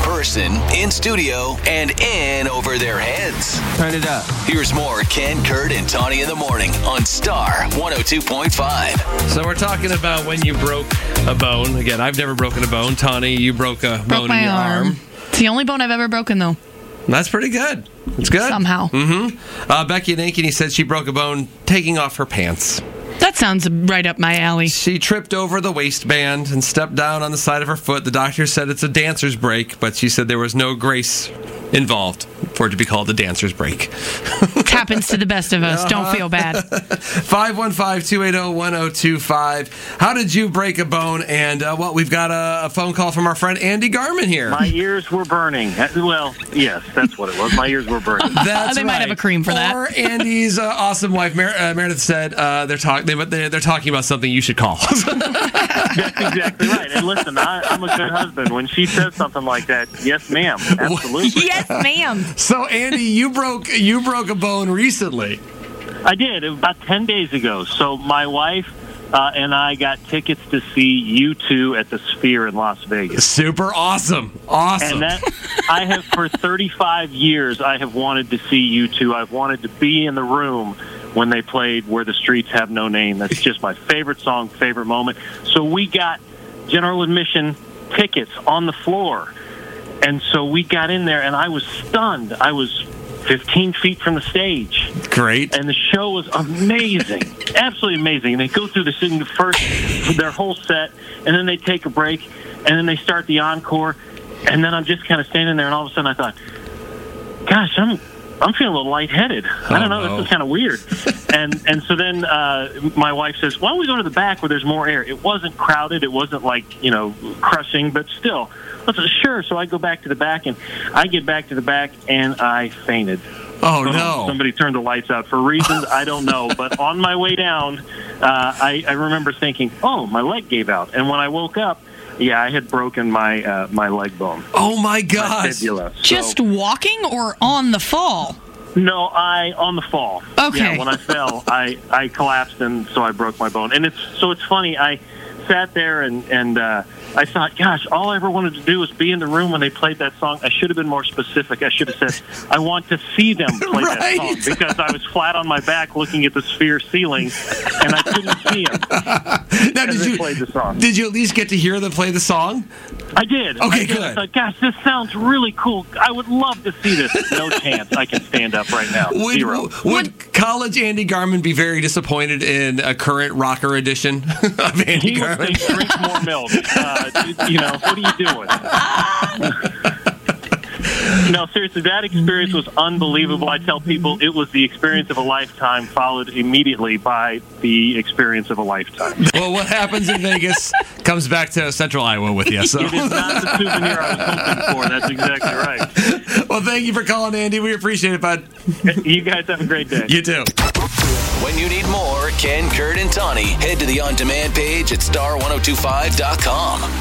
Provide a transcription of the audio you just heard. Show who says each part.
Speaker 1: person, in studio, and in over their heads.
Speaker 2: Turn it up.
Speaker 1: Here's more Ken, Kurt, and Tawny in the morning on Star 102.5.
Speaker 2: So we're talking about when you broke a bone. Again, I've never broken a bone. Tawny, you broke a
Speaker 3: Broke
Speaker 2: bone in
Speaker 3: my
Speaker 2: your
Speaker 3: arm.
Speaker 2: arm.
Speaker 3: It's the only bone I've ever broken, though.
Speaker 2: That's pretty good. It's good.
Speaker 3: Somehow.
Speaker 2: Mm-hmm. Uh, Becky Nankini said she broke a bone taking off her pants.
Speaker 3: That sounds right up my alley.
Speaker 2: She tripped over the waistband and stepped down on the side of her foot. The doctor said it's a dancer's break, but she said there was no grace involved for it to be called a dancer's break.
Speaker 3: It happens to the best of us. Don't feel bad.
Speaker 2: 515-280-1025. How did you break a bone? And uh, well, we've got a, a phone call from our friend Andy Garman here.
Speaker 4: My ears were burning. Uh, Well, yes, that's what it was. My ears were burning.
Speaker 2: That's
Speaker 3: They might have a cream for that.
Speaker 2: Or Andy's uh, awesome wife Mer- uh, Meredith said uh, they're talking. They, but they're, they're talking about something you should call.
Speaker 4: That's exactly right. And listen, I, I'm a good husband. When she says something like that, yes, ma'am, absolutely.
Speaker 3: yes, ma'am.
Speaker 2: so Andy, you broke you broke a bone recently.
Speaker 4: I did it was about ten days ago. So my wife uh, and I got tickets to see you two at the Sphere in Las Vegas.
Speaker 2: Super awesome, awesome.
Speaker 4: And that I have for 35 years, I have wanted to see you two. I've wanted to be in the room when they played "Where the Streets Have No Name." That's just my favorite song, favorite moment. So we got general admission tickets on the floor, and so we got in there, and I was stunned. I was 15 feet from the stage
Speaker 2: Great.
Speaker 4: and the show was amazing, absolutely amazing. And they go through the sing the first their whole set, and then they take a break, and then they start the encore, and then I'm just kind of standing there, and all of a sudden I thought, "Gosh, I'm." I'm feeling a little lightheaded. I don't
Speaker 2: Oh,
Speaker 4: know.
Speaker 2: no.
Speaker 4: This is kind of weird. and and so then uh, my wife says, "Why don't we go to the back where there's more air?" It wasn't crowded. It wasn't like you know crushing, but still. I said, "Sure." So I go back to the back, and I get back to the back, and I fainted.
Speaker 2: Oh
Speaker 4: Oh,
Speaker 2: no.
Speaker 4: Somebody turned the lights out for reasons I don't know. But on my way down, uh, I, I remember thinking, "Oh, my leg gave out." And when I woke up, yeah, I had broken my uh, my leg bone,
Speaker 2: Oh my
Speaker 4: my
Speaker 2: gosh.
Speaker 4: fibula. So-
Speaker 3: Just walking or on the fall?
Speaker 4: no, I on the fall.
Speaker 3: Okay.
Speaker 4: Yeah, when I fell, I I collapsed and so I broke my bone. And it's so it's funny. I sat there and and uh, I thought, gosh, all I ever wanted to do was be in the room when they played that song. I should have been more specific. I should have said, I want to see them play that song
Speaker 2: Right.
Speaker 4: because I was flat on my back looking at the sphere ceiling and I couldn't see them.
Speaker 2: Now,
Speaker 4: as
Speaker 2: did
Speaker 4: they
Speaker 2: you
Speaker 4: played the song.
Speaker 2: did you at least get to hear them play the song?
Speaker 4: I did.
Speaker 2: Okay,
Speaker 4: I did.
Speaker 2: good.
Speaker 4: I thought, gosh, this sounds really cool. I would love to see this. No chance. I can stand up right now.
Speaker 2: Would,
Speaker 4: Zero.
Speaker 2: would college Andy Garman be very disappointed in a current rocker edition of Andy
Speaker 4: He would
Speaker 2: Garman?
Speaker 4: say, drink more milk. Uh, you know, what are you doing? no, seriously, that experience was unbelievable. I tell people it was the experience of a lifetime, followed immediately by the experience of a lifetime.
Speaker 2: Well, what happens in Vegas comes back to Central Iowa with you. So,
Speaker 4: It is not the souvenir I was hoping for. That's exactly right.
Speaker 2: well, thank you for calling, Andy. We appreciate it, bud.
Speaker 4: You guys have a great day.
Speaker 2: You too.
Speaker 1: When you need oh more Ken, Kurt, and Tawny, head to the on demand page at star1025.com.